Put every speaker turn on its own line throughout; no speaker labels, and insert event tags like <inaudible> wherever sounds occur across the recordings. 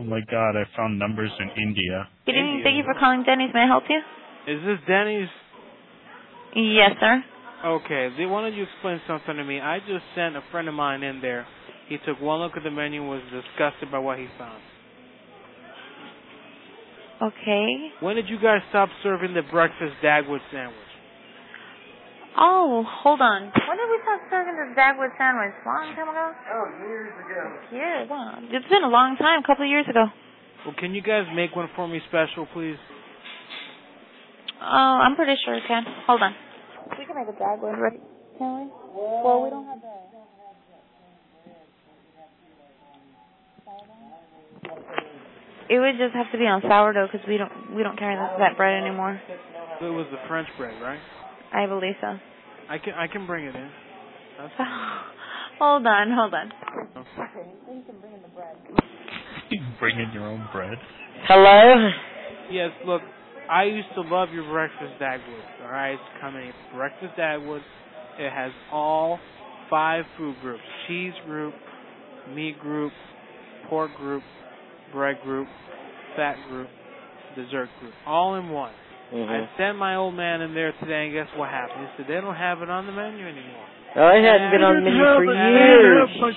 Oh my God, I found numbers in India.
Good evening.
India.
Thank you for calling Denny's. May I help you?
Is this Denny's?
Yes, sir.
Okay, they- why don't you explain something to me? I just sent a friend of mine in there. He took one look at the menu and was disgusted by what he found.
Okay.
When did you guys stop serving the breakfast Dagwood sandwich?
Oh, hold on. When did we start serving the Dagwood sandwich? Long time ago?
Oh, years ago.
Yeah, wow. It's been a long time, a couple of years ago.
Well, can you guys make one for me special, please?
Oh, I'm pretty sure you can. Hold on. We can make a Dagwood, right? Can we? Well, we don't have that. It would just have to be on sourdough because we don't we don't carry that, that bread anymore.
It was the French bread, right?
I believe so. <sighs>
I can I can bring it in. That's
hold on, hold on.
You bring in your own bread.
Hello?
Yes, look, I used to love your breakfast Dagwood. All right, it's coming. It's breakfast Dagwood. It has all five food groups: cheese group, meat group, pork group, bread group, fat group, dessert group, all in one. I
Mm-hmm.
sent my old man in there today, and guess what happened? He said they don't have it on the menu anymore.
Well, Oh, it hasn't been on the menu for years.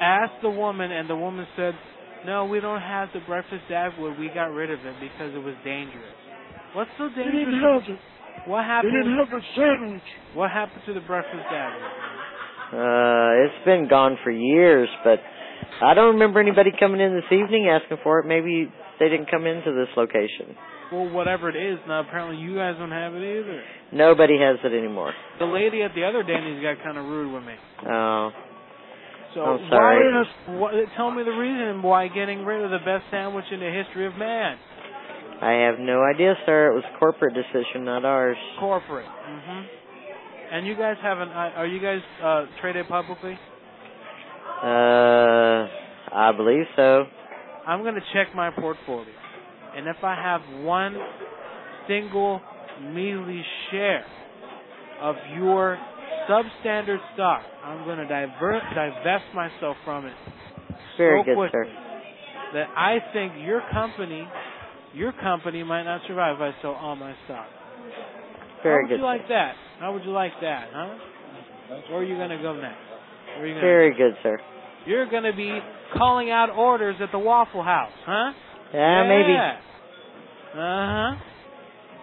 Asked the woman, and the woman said, "No, we don't have the breakfast Dagwood. We got rid of it because it was dangerous." What's so dangerous? What happened? What happened to the breakfast dagger?
Uh, it's been gone for years, but I don't remember anybody coming in this evening asking for it. Maybe they didn't come into this location.
Well, whatever it is, now apparently you guys don't have it either.
Nobody has it anymore.
The lady at the other Danny's got kind of rude with me.
Oh,
So
I'm sorry.
why? What, tell me the reason why getting rid of the best sandwich in the history of man,
I have no idea, sir. It was a corporate decision, not ours.
corporate. Mm-hmm. And you guys haven't? uh, Are you guys uh, traded publicly?
Uh, I believe so.
I'm gonna check my portfolio, and if I have one single measly share of your substandard stock, I'm gonna divert, divest myself from it
Very
so
good,
quickly
sir.
that I think your company, your company might not survive if I sell all my stock.
Very
How would
good,
you like that? How would you like that, huh? Where are you gonna go next? Where are you
sir.
gonna
Very good, sir.
You're gonna be calling out orders at the Waffle House, huh?
Yeah, Uh, maybe.
Uh huh.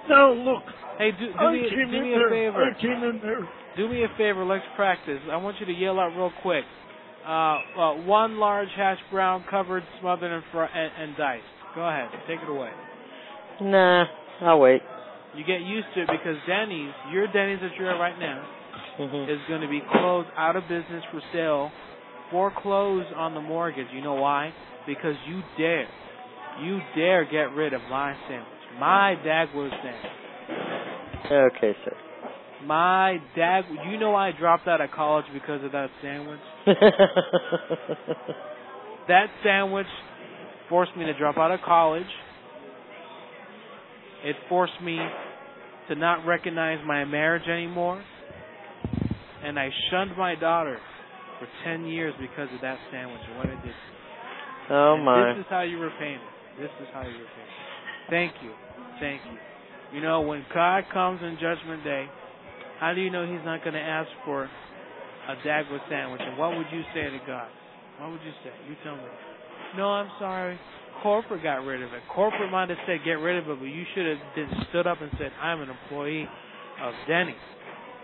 Now look,
Hey, do, do
I
me,
came
do
in
me a
there.
favor.
I came in there.
Do me a favor. Let's practice. I want you to yell out real quick. Uh, uh, one large hash brown covered, smothered, and, fr- and, and diced. Go ahead. Take it away.
Nah, I'll wait.
You get used to it because Denny's, your Denny's that you're at right now,
Mhm.
is going to be closed out of business for sale, foreclosed on the mortgage. You know why? Because you dare, you dare get rid of my sandwich, my Dagwood sandwich.
<laughs> Okay, sir. <laughs>
My dad, you know, I dropped out of college because of that sandwich. That sandwich forced me to drop out of college. It forced me to not recognize my marriage anymore. And I shunned my daughter for 10 years because of that sandwich and what it did.
oh
And This
my.
is how you repay me. This is how you repay me. Thank you. Thank you. You know, when God comes on Judgment Day, how do you know He's not going to ask for a Dagwood sandwich? And what would you say to God? What would you say? You tell me. No, I'm sorry. Corporate got rid of it. Corporate might have said get rid of it, but you should have been stood up and said, I'm an employee of Denny.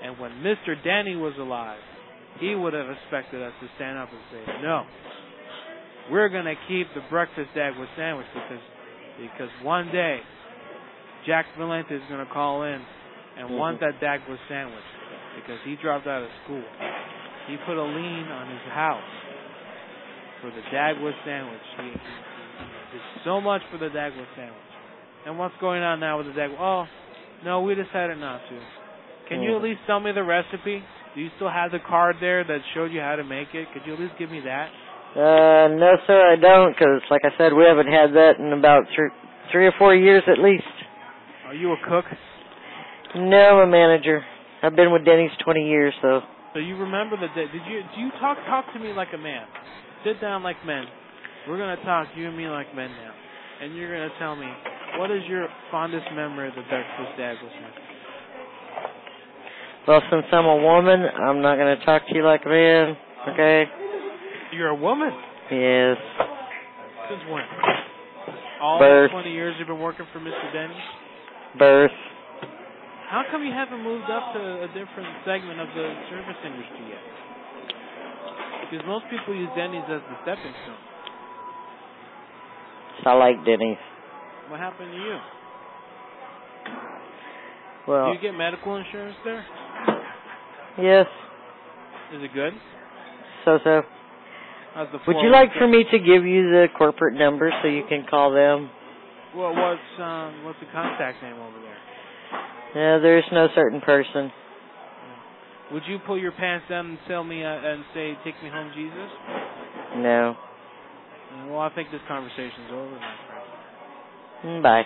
And when Mr. Denny was alive, he would have expected us to stand up and say, no we're gonna keep the breakfast Dagwood sandwich because because one day Jack Valente is gonna call in and want that Dagwood sandwich because he dropped out of school. He put a lien on his house for the Dagwood sandwich. He, he, he did so much for the Dagwood sandwich. And what's going on now with the Dagwood? Oh, no, we decided not to. Can you at
Mhm.
least tell me the recipe? Do you still have the card there that showed you how to make it? Could you at least give me that?
Uh, no, sir, I don't, because like I said, we haven't had that in about three, three or four years at least.
Are you a cook?
No, I'm a manager. I've been with Denny's 20 years, so.
So you remember the day? Did you do you talk talk to me like a man? Sit down like men. We're gonna talk you and me like men now, and you're gonna tell me what is your fondest memory of the breakfast establishment.
Well, since I'm a woman, I'm not going to talk to you like a man, okay?
You're a woman.
Yes.
Since when? All
Birth.
20 years you've been working for Mr. Denny.
Birth.
How come you haven't moved up to a different segment of the service industry yet? Because most people use Denny's as the stepping stone.
I like Denny's.
What happened to you? Do
Well,
you get medical insurance there?
yes.
Is it good?
So so.
How's the
Would you like for
401k?
me to give you the corporate number so you can call them?
Well, what's um, what's the contact name over there?
No, there's no certain person.
Would you pull your pants down and tell me uh, and say, "Take me home, Jesus"?
No.
Uh, Well, I think this conversation's over, my friend.
Mm, Bye.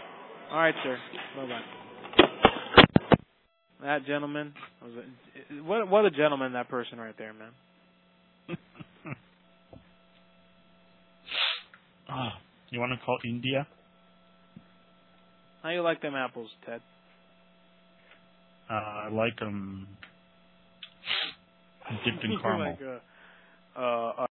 All right, sir. Bye bye. That gentleman, was a, what what a gentleman that person right there, man.
Ah, you want to call India?
How you like them apples, Ted?
Uh, I like them dipped in
You're <laughs>
caramel.
like, uh, uh,